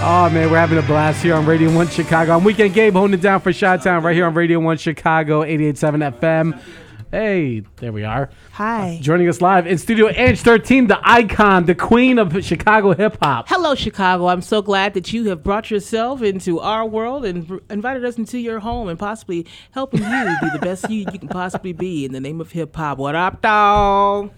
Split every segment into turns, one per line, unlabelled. Oh man, we're having a blast here on Radio One Chicago. On weekend Gabe holding it down for Shot Town right here on Radio One Chicago, 88.7 FM. Hey, there we are.
Hi.
Joining us live in studio, Ange 13, the icon, the queen of Chicago hip hop.
Hello, Chicago. I'm so glad that you have brought yourself into our world and br- invited us into your home and possibly helping you be the best you you can possibly be in the name of hip hop. What up, dog?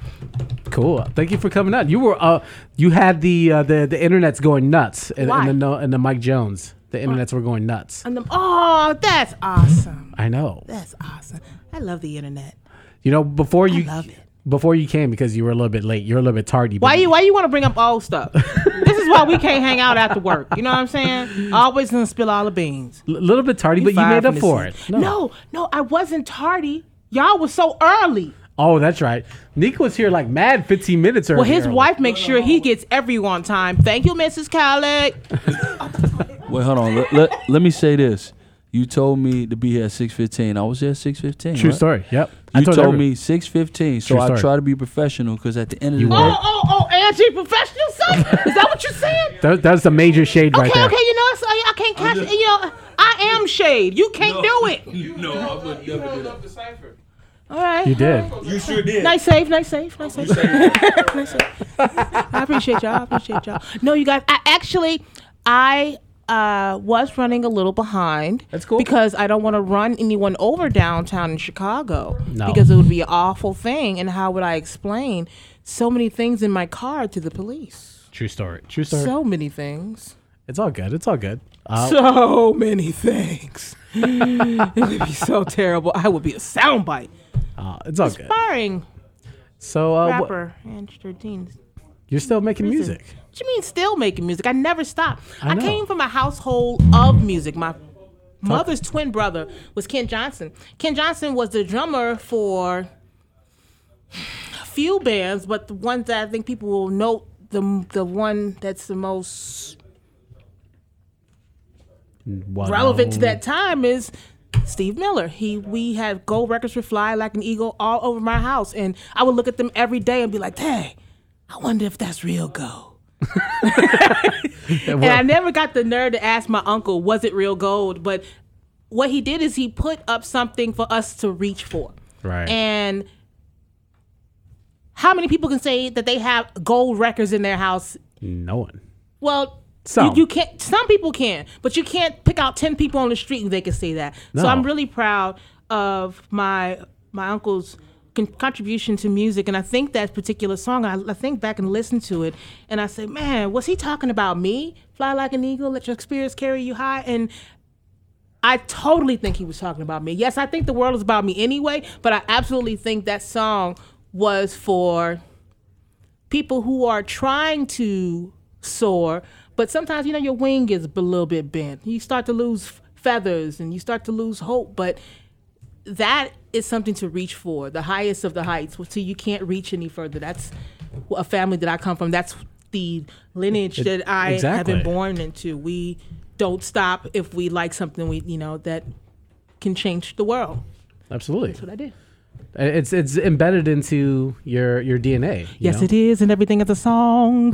Cool. Thank you for coming out. You were uh, you had the uh, the the internet's going nuts, and,
Why?
and the no- and the Mike Jones, the internets were going nuts.
And them, oh, that's awesome.
I know.
That's awesome. I love the internet.
You know before you
love it.
before you came because you were a little bit late. You're a little bit tardy. but
Why you why you want to bring up old stuff? this is why we can't hang out after work. You know what I'm saying? Always gonna spill all the beans.
A little bit tardy, but you
Fired
made up
from the
for it.
scene. No. no, I wasn't tardy. Y'all was so early.
Oh, that's right. Nick was here like mad 15 minutes earlier.
Well, his wife makes sure he gets everyone time. Thank you, Mrs. Khaled.
Wait, hold on. let, let, let me say this. You told me to be here at six fifteen. I was here at six fifteen.
True story. Yep.
You told,
everyone.
me six fifteen, so
True
I
story.
try to be professional because at the end of
You
the
were.
day,
Oh, oh, oh, Angie, professional son? Is that what you're saying?
That, that's the major shade right
okay,
there.
okay, you know, it's, I, I can't catch it. You know, I am shade. You can't do it.
you know I would never do that.
All right.
You did.
You sure did.
Nice save, nice save, nice save. nice save. I appreciate y'all. I appreciate y'all. No, you guys, I actually, I uh, was running a little behind.
That's cool.
Because I don't want to run anyone over downtown in Chicago.
No.
Because it would be an awful thing. And how would I explain so many things in my car to the police?
True story. True story.
So many things.
it's all good. It's all good. Uh,
So many things. it would be so terrible. I would be a soundbite.
uh, it's all good.
Firing
So uh, wh-
rapper and 13.
you're still making music.
What you mean still making music? I never stopped.
I
I,
know.
came from a household of music. My mother's twin brother was Ken Johnson. Ken Johnson was the drummer for a few bands, but the ones that I think people will note the the one that's the most
Wow.
relevant to that time is Steve Miller. He we had gold records for fly like an eagle all over my house, and I would look at them every day and be like, "Dang, I wonder if that's real gold." and I never got the nerve to ask my uncle, "Was it real gold?" But what he did is he put up something for us to reach for.
Right.
And how many people can say that they have gold records in their house
no one.
well,
Some.
You, you can't. Some people can, but you can't pick out ten people on the street and they can say that.
No.
So I'm really proud of my my uncle's con- contribution to music, and I think that particular song. I, I think back and listen to it, and I say, man, was he talking about me? Fly like an eagle, let your experience carry you high, and. I totally think he was talking about me. Yes, I think the world is about me anyway, but I absolutely think that song was for people who are trying to soar, but sometimes you know your wing is a little bit bent. You start to lose f- feathers and you start to lose hope, but that is something to reach for, the highest of the heights, till you can't reach any further. That's a family that I come from. That's the lineage
It-
that I have
exactly.
been born into. We don't stop if we like something we you know that can change the world.
Absolutely. Uh,
That's what I did.
It's it's embedded into your your DNA.
Yes, it is, and everything is a song.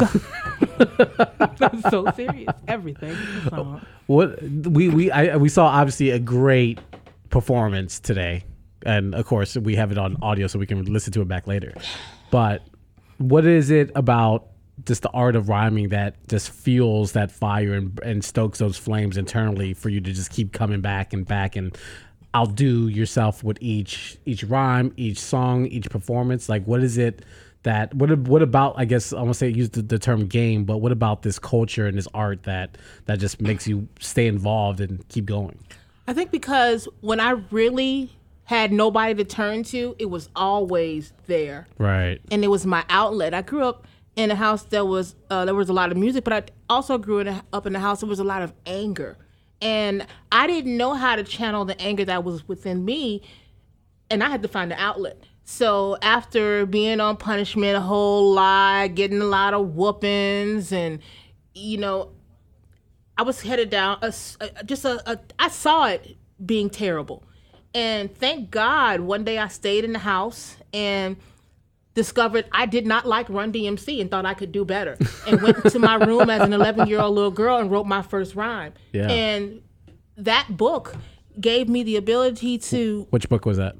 I'm so serious. Everything is a song.
What we we I, we saw obviously a great performance today, and of course we have it on audio so we can listen to it back later. But what is it about just the art of rhyming that just fuels that fire and, and stokes those flames internally for you to just keep coming back and back and outdo yourself with each each rhyme, each song, each performance? Like what is it? That what ab- what about I guess I want to say use the, the term game, but what about this culture and this art that that just makes you stay involved and keep going?
I think because when I really had nobody to turn to, it was always there.
Right.
and it was my outlet. I grew up in a house that was uh, there was a lot of music, but I also grew in a, up in a house that was a lot of anger, and I didn't know how to channel the anger that was within me, and I had to find an outlet. So after being on punishment a whole lot, getting a lot of whoopings, and you know, I was headed down a s- a- just a, a I saw it being terrible. And thank God one day I stayed in the house and discovered I did not like Run DMC and thought I could do better, and went to my room as an 11 year old little girl and wrote my first rhyme.
Yeah.
And that book gave me the ability to
Which book was that?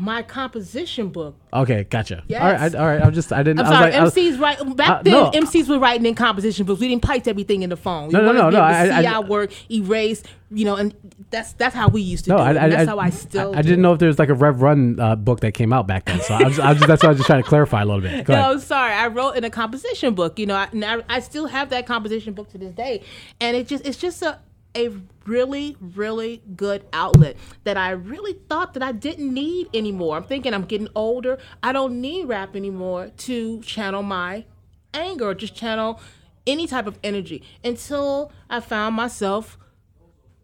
my composition book.
Okay, gotcha.
Yes.
All right, I, all right. I'm just I didn't.
I'm
I was
sorry,
like, I was-
MCs write back
uh,
then.
no.
MCs were writing in composition books. We didn't pipe everything in the phone. We
No, no,
wanted
no,
to be
no,
able to
I- I-
see
I-
our work, erase, you know, and that's that's how we used to do it. and that's how I still.
I, I didn't know if there was like a Rev Run uh, book that came out back then. So I was, I was, that's why I was just trying to clarify a little bit. Go
No,
ahead.
I'm sorry. I wrote in a composition book, you know, I, and I, I still have that composition book to this day, and it just it's just a a really really good outlet that I really thought that I didn't need anymore. I'm thinking I'm getting older. I don't need rap anymore to channel my anger or just channel any type of energy until I found myself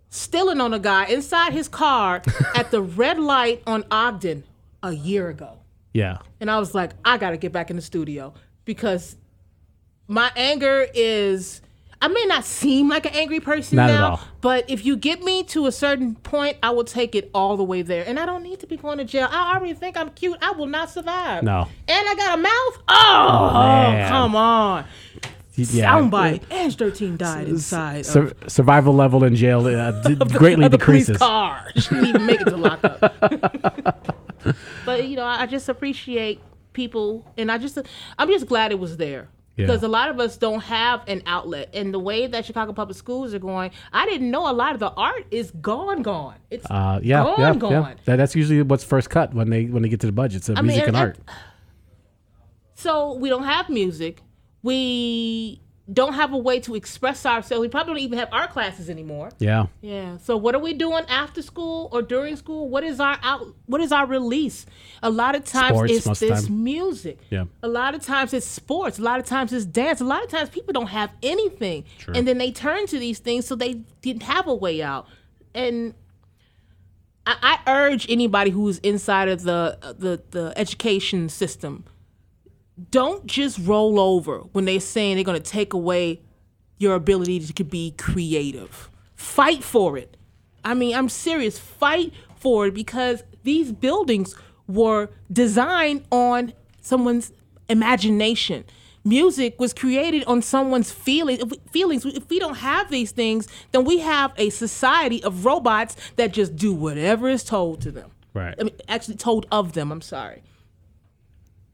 stealing on a guy inside his car at the red light on Ogden a year ago.
Yeah.
And I was like, I gotta get back in the studio because my anger is. I may not seem like an angry person
Not at
now,
all.
but if you get me to a certain point, I will take it all the way there. And I don't need to be going to jail. I already think I'm cute. I will not survive.
No.
And I got a mouth. Oh,
man.
come on.
Yeah.
Soundbite. Edge 13 died inside
Sur- survival level in jail uh, d- greatly
of the police
decreases.
car. She didn't even make it to lockup. but you know, I I just appreciate people, and I just I'm just glad it was there.
Yeah.
Because a lot of us don't have an outlet, and the way that Chicago public schools are going, I didn't know a lot of the art is gone, gone. It's
Uh, yeah,
gone,
yeah,
gone.
yeah. That, that's usually what's first cut when they when they get to the budget. So
mean,
music and,
and-
art.
So we don't have music. We don't have a way to express ourselves. We probably don't even have art classes anymore.
yeah,
Yeah. So what are we doing after school or during school? What is our out? What is our release? A lot of times
Sports
it's
most of the
this
time.
music.
Yeah.
A lot of times it's sports. A lot of times it's dance. A lot of times people don't have anything,
True.
and then they turn to these things so they didn't have a way out. And I, I urge anybody who's inside of the uh, the the education system, don't just roll over when they're saying they're going to take away your ability to be creative. Fight for it. I mean, I'm serious. Fight for it because these buildings were designed on someone's imagination. Music was created on someone's feeling, if we- feelings. If we don't have these things, then we have a society of robots that just do whatever is told to them.
Right.
I mean, actually, told of them. I'm sorry.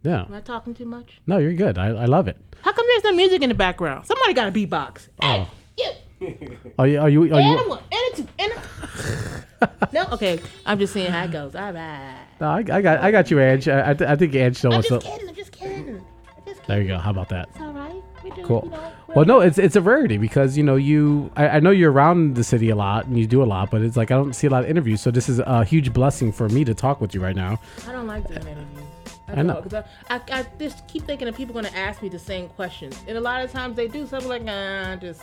yeah.
Am I talking too much?
No, you're good. I, I love it.
How come there's no music in the background? Somebody got a beatbox. Hey, you,
Are you? Are you? Oh. Are
and a
you
one, and a two, and a- no, okay. I'm just seeing how it goes. All right.
no, I, I got I got you, Edge. I, I, th- I think Edge still
I'm
wants
just
to.
kidding. I'm just kidding. I'm just kidding.
There you go. How about that?
It's all right. We do,
Cool.
You know,
Well, no, it's it's a rarity because you know you. I, I know you're around the city a lot and you do a lot, but it's like I don't see a lot of interviews. So this is a huge blessing for me to talk with you right now.
I don't like doing interviews.
I know.
don't, 'cause I, I, I just keep thinking that people are gonna ask me the same questions, and a lot of times they do. So I'm like, nah, just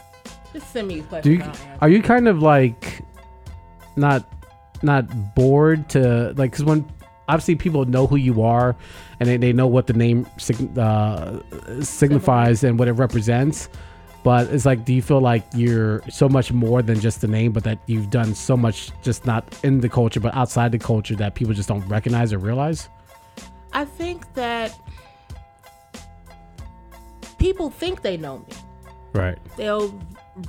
just send me these
Do
questions.
you,
I'll answer.
are you kind of like not not bored to like because when obviously people know who you are and they, they know what the name sig- uh, signifies and what it represents but it's like do you feel like you're so much more than just the name but that you've done so much just not in the culture but outside the culture that people just don't recognize or realize
I think that people think they know me.
right
they'll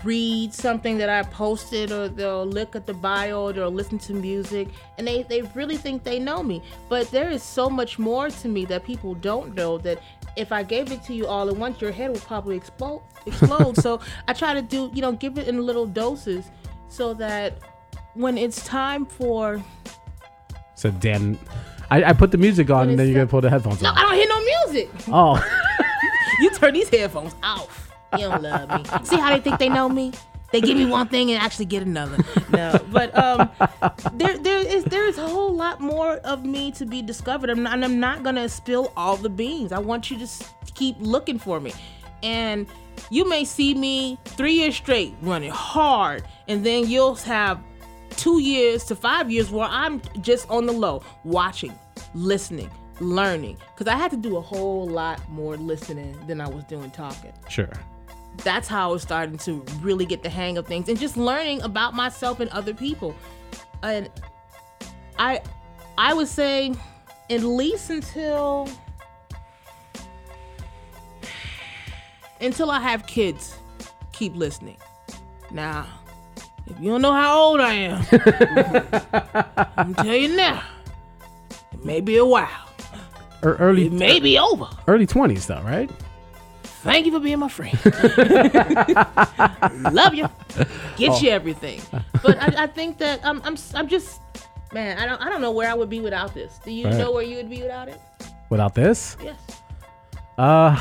read something that I posted or they'll look at the bio or they'll listen to music and they, they really think they know me. But there is so much more to me that people don't know that if I gave it to you all at once, your head would probably explode explode. so I try to do, you know, give it in little doses so that when it's time for
so dan I, I put the music on and then
it's
you're gonna pull the headphones
No,
on
I don't hear no music.
oh
You turn these headphones off. You don't love me. See how they think they know me? They give me one thing and actually get another. No, but um, there there is there is a whole lot more of me to be discovered. I'm not, and I'm not gonna spill all the beans. I want you to s- keep looking for me, and you may see me three years straight running hard, and then you'll have two years to five years where I'm just on the low, watching, listening, learning. Because I had to do a whole lot more listening than I was doing talking.
sure
That's how I was starting to really get the hang of things and just learning about myself and other people. And I I would say at least until until I have kids, keep listening. Now, if you don't know how old I am, I'm tell you now. It may be a while.
Or Er, early
It may be over.
early twenties though, right?
Thank you for being my friend. Love you. Get you everything. But I, I think that I'm, I'm s- I'm just man. I don't I don't know where I would be without this. Do you
Right.
know where you would be without it?
Without this,
Yes.
uh,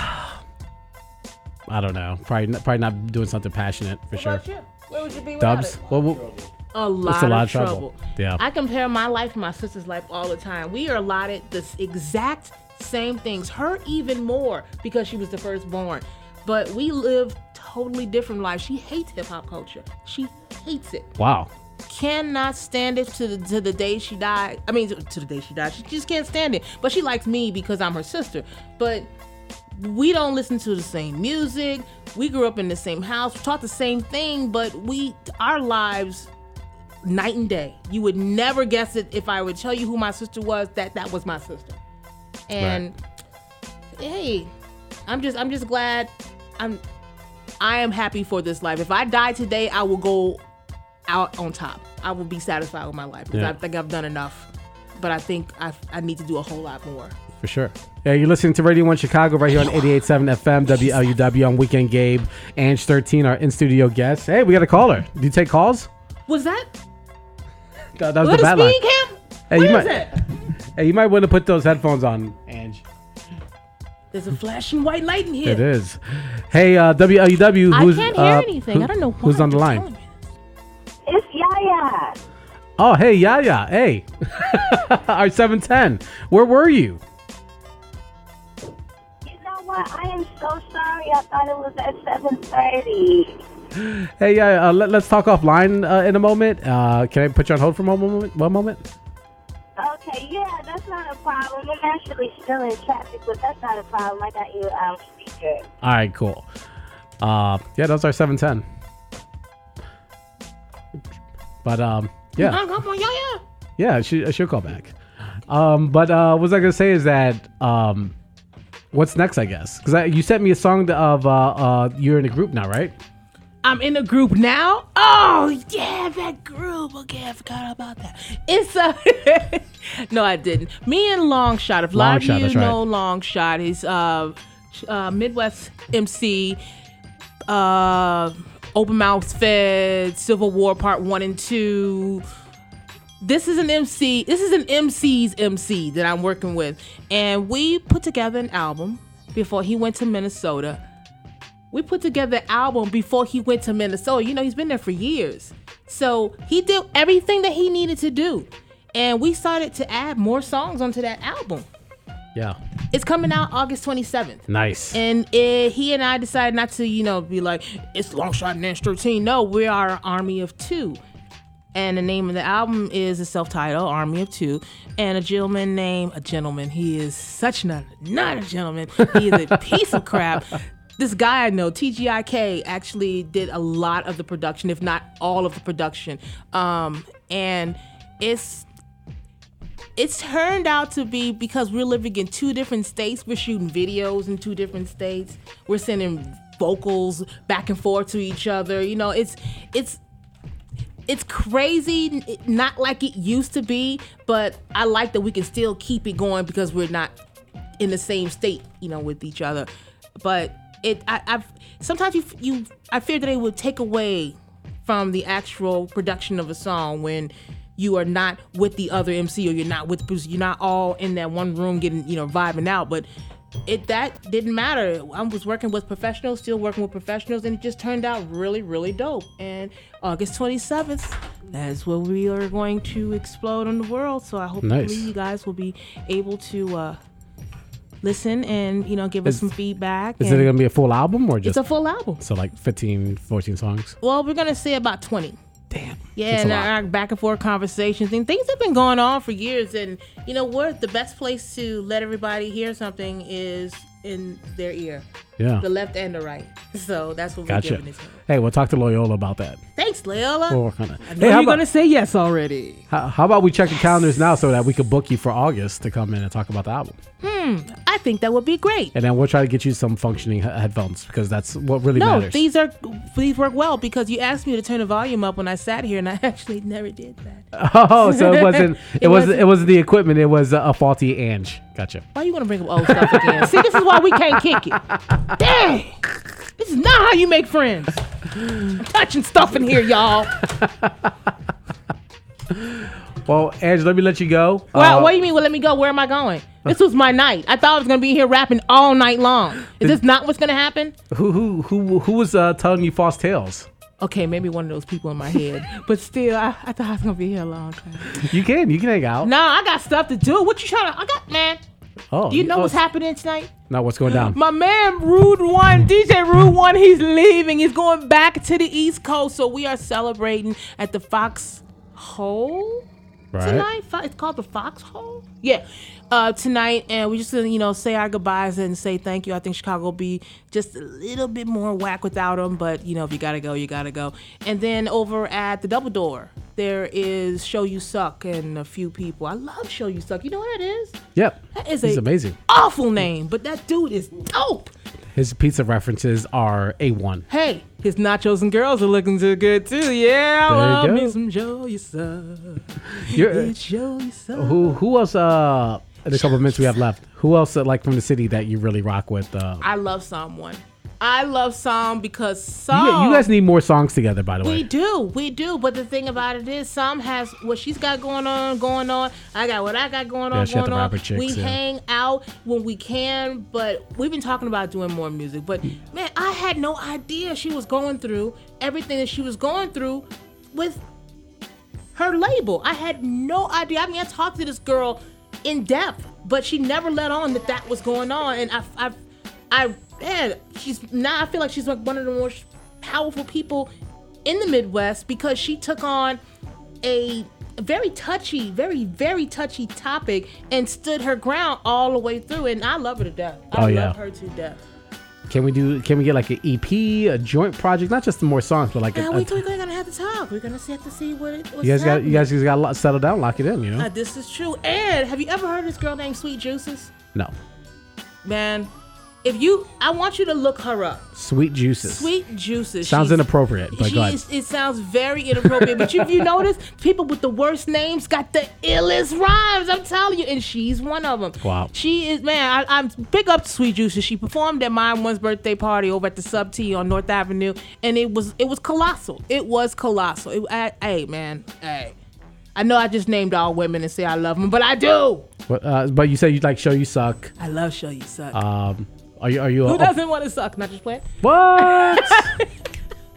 I don't know. Probably not, probably not doing something passionate for
What
sure.
about you? Where would you be without
Dubs,
it?
what, what,
a lot,
a lot
of
of
trouble.
trouble. Yeah.
I compare my life to my sister's life all the time. We are allotted the s- exact same things. Her even more because she was the firstborn. But we live totally different lives. She hates hip hop culture. She hates it.
wow.
Cannot stand it to the to the day she died. I mean, to, to the day she died. She just can't stand it. But she likes me because I'm her sister. But we don't listen to the same music. We grew up in the same house, we taught the same thing, but we our lives night and day. You would never guess it if I would tell you who my sister was. That that was my sister. And hey, I'm just I'm just glad I'm I am happy for this life. If I die today, I will go out on top. I will be satisfied with my life because
Yeah.
I think I've done enough. But I think I I need to do a whole lot more.
For sure. Yeah, you're listening to Radio 1 Chicago right here on 88.7 FM, WLUW on Weekend Gabe, Ange 13, our in studio guest. Hey, we got a caller. Do you take calls?
Was that
That, that was
what
the
a
bad line.
speed camp?
Hey, you
What is
might-
it?
Hey, you might want to put those headphones on, Ange.
There's a flashing white light in here.
It is. Hey, uh, WLUW,
I
who's,
can't hear
uh,
anything.
who-
I don't know why
who's on the
you're
line.
telling me this.
It's Yaya.
Oh, hey, Yaya. Hey. our 710. Where were you?
You know what? I am so sorry. I thought it was at seven thirty.
Hey, Yaya, uh, let, us talk offline uh, in a moment. Uh, can I put you on hold for one moment? One moment?
Okay, yeah, that's not a problem. I'm actually still in traffic, but that's not a problem. I got you um speaker.
All right, cool. Uh, yeah, that was our 710. But um, yeah,
Hung up on y'all,
yeah, she uh, she'll call back. Um, but uh, what was I gonna say is that um, what's next? I guess because you sent me a song of uh, uh, you're in a group now, right?
yeah? I'm in a group now. Oh yeah, that group. Okay, I forgot about that. It's a no, I didn't. Me and Long Shot. If a lot of
Longshot,
you
that's right.
know Long Shot, he's uh, uh Midwest MC. Uh, Open Mouth Fed, Civil War Part One and Two. this is an MC. This is an MC's MC that I'm working with, and we put together an album before he went to Minnesota. We put together an album before he went to Minnesota. You know, he's been there for years, so he did everything that he needed to do, and we started to add more songs onto that album.
Yeah,
It's coming out August 27th.
nice.
And uh he and I decided not to, you know, be like, it's long shot and Nash 13. No, we are an army of two. And the name of the album is a self-titled Army of Two. And a gentleman named a gentleman. He is such not, not a gentleman. He is a piece of crap. This guy I know, TGIK, actually did a lot of the production, if not all of the production. Um, and it's it's turned out to be because we're living in two different states. We're shooting videos in two different states. We're sending vocals back and forth to each other. You know, it's it's it's crazy, n- it- not like it used to be, but I like that we can still keep it going because we're not in the same state, you know, with each other. But it, I, I've sometimes you, f- you, I fear that it would take away from the actual production of a song when you are not with the other MC or you're not with the producer. You're not all in that one room getting, you know, vibing out. But it that didn't matter. I was working with professionals, still working with professionals, and it just turned out really, really dope. And August 27th, that's where we are going to explode on the world. So I hope
Nice.
you guys will be able to uh, listen and you know give us
Is-
some feedback.
Is
and
it gonna be a full album or
it's
just
a full album.
so like 15, 14 songs?
Well, we're gonna say about 20.
Damn.
Yeah,
That's a
and
lot.
our back and forth conversations and things have been going on for years. And you know what? The best place to let everybody hear something is in their ear,
Yeah.
the left and the right. So that's what we're
Gotcha.
giving this. one.
Hey, we'll talk to Loyola about that.
Thanks, Leola.
We'll work on it.
I
Hey,
know
how
you're
about-
gonna say yes already.
How, how about we check the calendars now so that we could book you for August to come in and talk about the album?
I I think that would be great.
And then we'll try to get you some functioning he- headphones because that's what really
No,
matters.
these are these work well because you asked me to turn the volume up when I sat here, and I actually never did that.
oh, so it wasn't. It,
It
wasn't.
wasn't-
It wasn't the equipment. It was uh, a faulty Ange. Gotcha.
Why you gonna bring up old stuff again? See, this is why we can't kick it. Dang, this is not how you make friends. I'm touching stuff in here, y'all.
Well, Ange, let me let you go.
Well,
Uh,
what do you mean? Well, let me go. Where am I going? This was my night. I thought I was gonna be here rapping all night long. Is this not what's gonna happen?
Who who who who was uh, telling you false tales?
Okay, maybe one of those people in my head, but still, I, I thought I was gonna be here a long time.
You can. You can hang out.
No, I got stuff to do. What you trying to? I got man.
oh,
Do you know
oh,
what's happening tonight?
Not what's going down.
My man Rude One, DJ Rude One, he's leaving. He's going back to the East Coast. So we are celebrating at the Fox Hole
right.
tonight. Fo- It's called the Fox Hole. Yeah, uh, tonight, and we just gonna you know say our goodbyes and say thank you. I think Chicago will be just a little bit more whack without him, but you know if you gotta go, you gotta go. And then over at the Double Door, there is Show You Suck and a few people. I love Show You Suck. You know what that is?
Yep.
That is
He's
a
amazing.
Awful name, but that dude is dope.
His pizza references are a one.
Hey, his nachos and girls are looking too good too. Yeah, I
There you
love
go.
me some Joe You Suck.
You're, uh,
It's Joe You Suck.
who who else? Uh, in the couple minutes we have left, who else uh, like from the city that you really rock with? Uh,
I love Psalm 1. I love Psalm because
you,
Psalm.
you guys need more songs together, by the way.
Oh. We do, we do. But the thing about it is, some has what she's got going on, going on. I got what I got going on,
Yeah, she had
going
the
on.
rapper chicks,
we
yeah.
hang out when we can, but we've been talking about doing more music. But man, I had no idea she was going through everything that she was going through with her label. I had no idea. I mean, I talked to this girl in depth, but she never let on that that was going on. And I, I, I, man, she's now. I feel like she's like one of the most powerful people in the Midwest because she took on a very touchy, very very touchy topic and stood her ground all the way through. And I love her to death. I
Oh,
love
yeah.
her to death.
Can we do? Can we get like an EP, a joint project? Not just more songs, but like a,
Now
a-
we, we're gonna have to talk. We're gonna have to see what it. What's
you guys got
happening.
you guys just got to lo- settle down, lock it in. You know?
Uh, this is true. And have you ever heard of this girl named Sweet Juices?
no,
man. If you, I want you to look her up.
sweet juices.
Sweet juices.
Sounds
She's-
inappropriate, but
she
go ahead.
is- it sounds very inappropriate. but you, if you notice, people with the worst names got the illest rhymes. I'm telling you, and she's one of them.
Wow.
She is man. I, I'm big up to Sweet Juices. She performed at my one's birthday party over at the Sub T on North Avenue, and it was it was colossal. It was colossal. It, I, hey man, hey. I know I just named all women and say I love them, but I do.
But, uh, but you said you like show you suck.
I love show you suck.
Um, are you are you? a-
Who doesn't want to suck? Not just play. it?
What?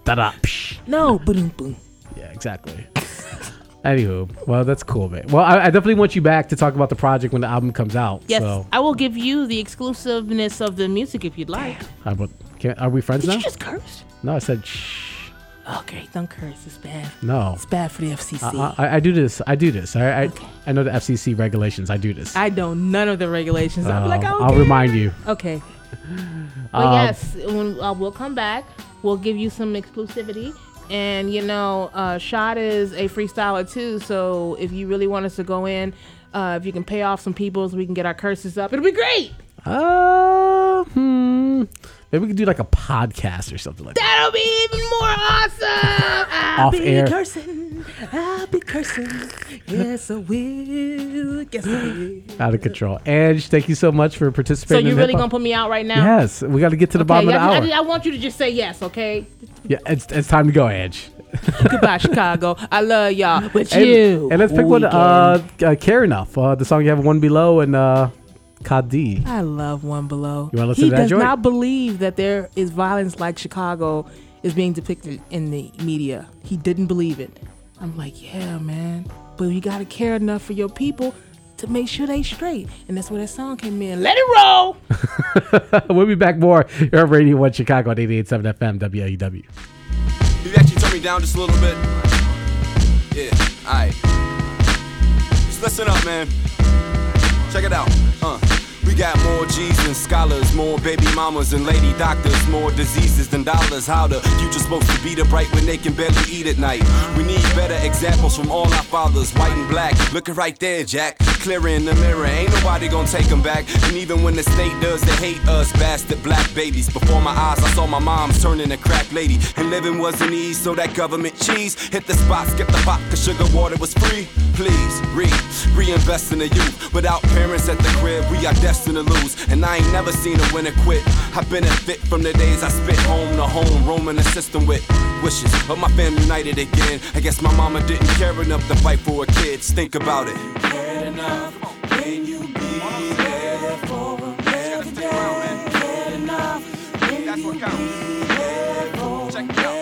Ta-da. Psh.
No, boom, boom.
Yeah, exactly. Anywho, well, that's cool, man. Well, I, I definitely want you back to talk about the project when the album comes out.
Yes,
So
I will give you the exclusiveness of the music if you'd like.
I would. Uh, Can, are we friends
Did
now?
you just curse?
No, I said shh.
Okay, Oh, don't curse. It's bad.
No.
It's bad for the FCC.
I, I, I do this. I do this. I I,
Okay.
I know the FCC regulations. I do this.
I know none of the regulations. I'm like, I
Um,
don't
I'll Um,
care.
remind you.
Okay. But yes, when, uh, we'll come back. We'll give you some exclusivity. And, you know, uh, Shot is a freestyler too. So if you really want us to go in, uh, if you can pay off some peoples, we can get our curses up. It'll be great.
Uh, hmm. Maybe we could do like a podcast or something like that.
That'll be even more awesome. I'll
Off
be
air.
cursing. I'll be cursing. Yes, I will. Yes, I will.
Out of control. Ange, thank you so much for
So
participating.
you
in
really
Hip
gonna
Hop-
put me out right now?
Yes, we got to get to the
Okay,
bottom of the
I,
hour.
I, I want you to just say yes, okay?
yeah, it's, it's time to go, Ange.
Goodbye, Chicago. I love y'all. But
And,
you.
and let's pick one. Uh, uh, Care enough. Uh, the song you have one below and uh, Kadi.
I love One Below.
You wanna listen
he
to that
does
joint?
not believe that there is violence like Chicago is being depicted in the media. He didn't believe it. I'm like, yeah, man, but you gotta care enough for your people to make sure they straight, and that's where that song came in. Let it roll.
we'll be back more. You're on Radio One Chicago at 88.7 FM WLUW.
You actually turn me down just a little bit. Yeah, alright. Just listen up, man. Check it out. Uh. We got more G's than scholars, more baby mamas and lady doctors, more diseases than dollars. How the future's supposed to be the bright when they can barely eat at night? We need better examples from all our fathers, white and black. Look it right there, Jack. clearer in the mirror. Ain't nobody gonna take them back. And even when the state does, they hate us, bastard black babies. Before my eyes, I saw my mom's turning a crack lady. And living wasn't easy, so that government cheese hit the spot, skip the pop, cause sugar water was free. Please, re, reinvest in the youth. Without parents at the crib, we are destined to lose. And I ain't never seen a winner quit. I benefit from the days I spent home to home, roaming the system with wishes of my family united again. I guess my mama didn't care enough to fight for her kids. Think about it.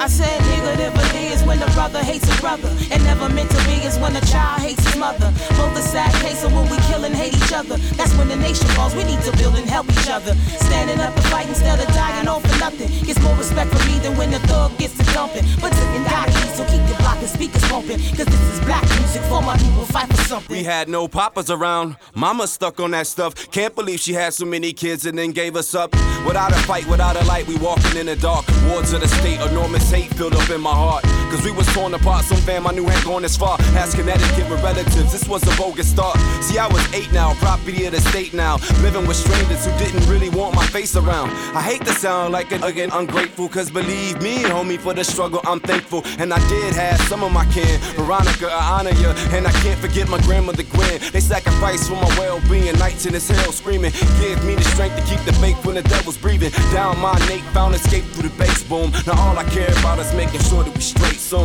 I said negative thing is when a brother hates a brother, and never meant to be is when a child hates his mother. Both a sad case of when we kill and hate each other. That's when the nation falls. We need to build and help each other. Standing up to fight instead of dying all for nothing. Gets more respect from me than when the thug gets to dumping. But it's in God, so keep your block and speakers pumping. Cause this is black music for my people. Fight for
We
something.
had no papas around. Mama stuck on that stuff. Can't believe she had so many kids and then gave us up. Without a fight, without a light, we walking in the dark. Wards of the state, enormous hate filled up in my heart. Cause we was torn apart, some fam I knew had gone this far. Ask Connecticut with relatives, this was a bogus start. See, I was eight now, property of the state now. Living with strangers who didn't really want my face around. I hate to sound like an again ungrateful, cause believe me, homie, for the struggle I'm thankful. And I did have some of my kin, Veronica, I honor ya. And I can't forget my grandmother Gwen. They sacrificed for my well being, nights in this hell screaming. Give me the strength to keep the faith when the devil's breathing. Down my neck, found escape through the bass boom. Now all I care about is making sure that we straight soon.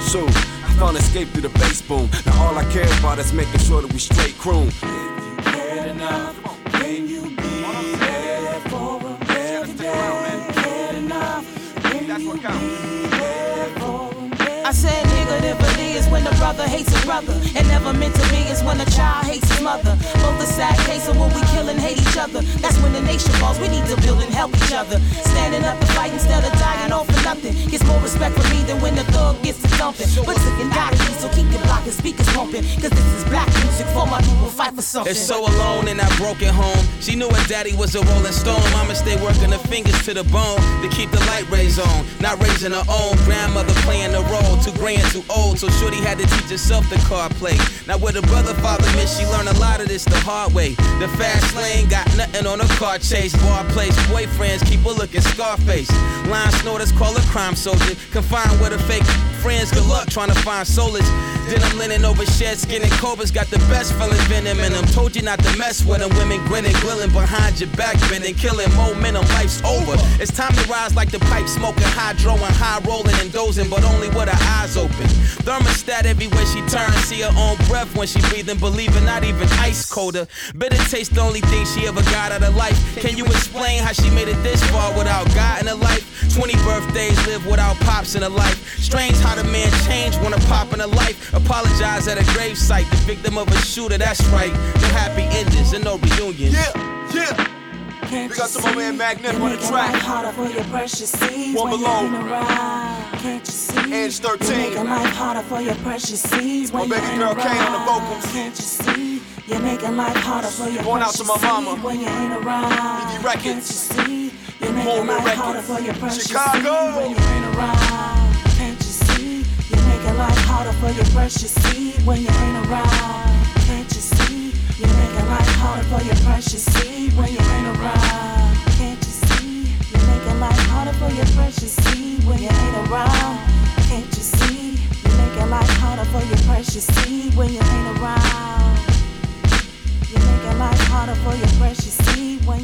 Soon, I found escape through the bass boom. Now all I care about is making sure that we straight croon.
I said negative is when a brother hates a brother, and never meant to be is when a child hates his mother. Both a sad case of when we kill and hate each other. That's when the nation falls. We need to build and help each other. Standing up to fight instead of dying all for nothing. Gets more respect from me than when the thug gets to dumping. But it's in God, so keep your block and speakers pumping. Cause this is black music for my people. Fight for something.
It's so alone in that broken home. She knew her daddy was a rolling stone. Mama stay working her fingers to the bone to keep the light rays on. Not raising her own. Grandmother playing the role. Too grand, too old. So Shorty had to teach herself the card play. Now with her brother father miss, she learned a lot of this the hard way. The fast lane got nothing on her car chase. Bar place, boyfriends keep her looking Scarface. Line snorters call her crime soldier. Confined with her fake friends. Good luck trying to find solace. Then I'm linen over shed skin and cobras got the best feeling venom in them. Told you not to mess with them. Women grinning, grilling behind your back, bending, killing momentum. Life's over. It's time to rise like the pipe, smoking hydro and high rolling and dozing, but only with her eyes open. Thermostat everywhere she turns, see her own breath when she breathing, believing not even ice colder. Bitter taste, the only thing she ever got out of life. Can you explain how she made it this far without God in her life? 20 birthdays live without pops in her life. Strange how the man changed when a pop in her life. Apologize at a gravesite, the victim of a shooter, that's right. No happy endings and no reunions.
Yeah, yeah.
Can't
We got
you
some old
see?
man Magnet
You
on the
make it
track.
light harder for your precious seeds
One
when you're
below.
in a ride. Can't you see?
Edge 13.
You making life harder for your precious seeds when
My
you're
baby
in
girl
a
Kay on the
ride.
vocals.
Can't you see? You're making life harder for your
Going out
precious
to my mama.
seed when you're in a ride.
EV
Can't you
Records.
see? You're making
Moment
life harder
Records.
for your precious
Chicago.
seed when you're in a ride. Can't you see? You're making life harder for your precious seed when you're in a ride. Can't you see? You're making life harder for your precious seed when you're in a ride. Can't you see? You're making life harder for your precious seed when you ain't around. Can't you see? You're making life harder for your precious seed when you ain't around. You're making life harder for your precious seed when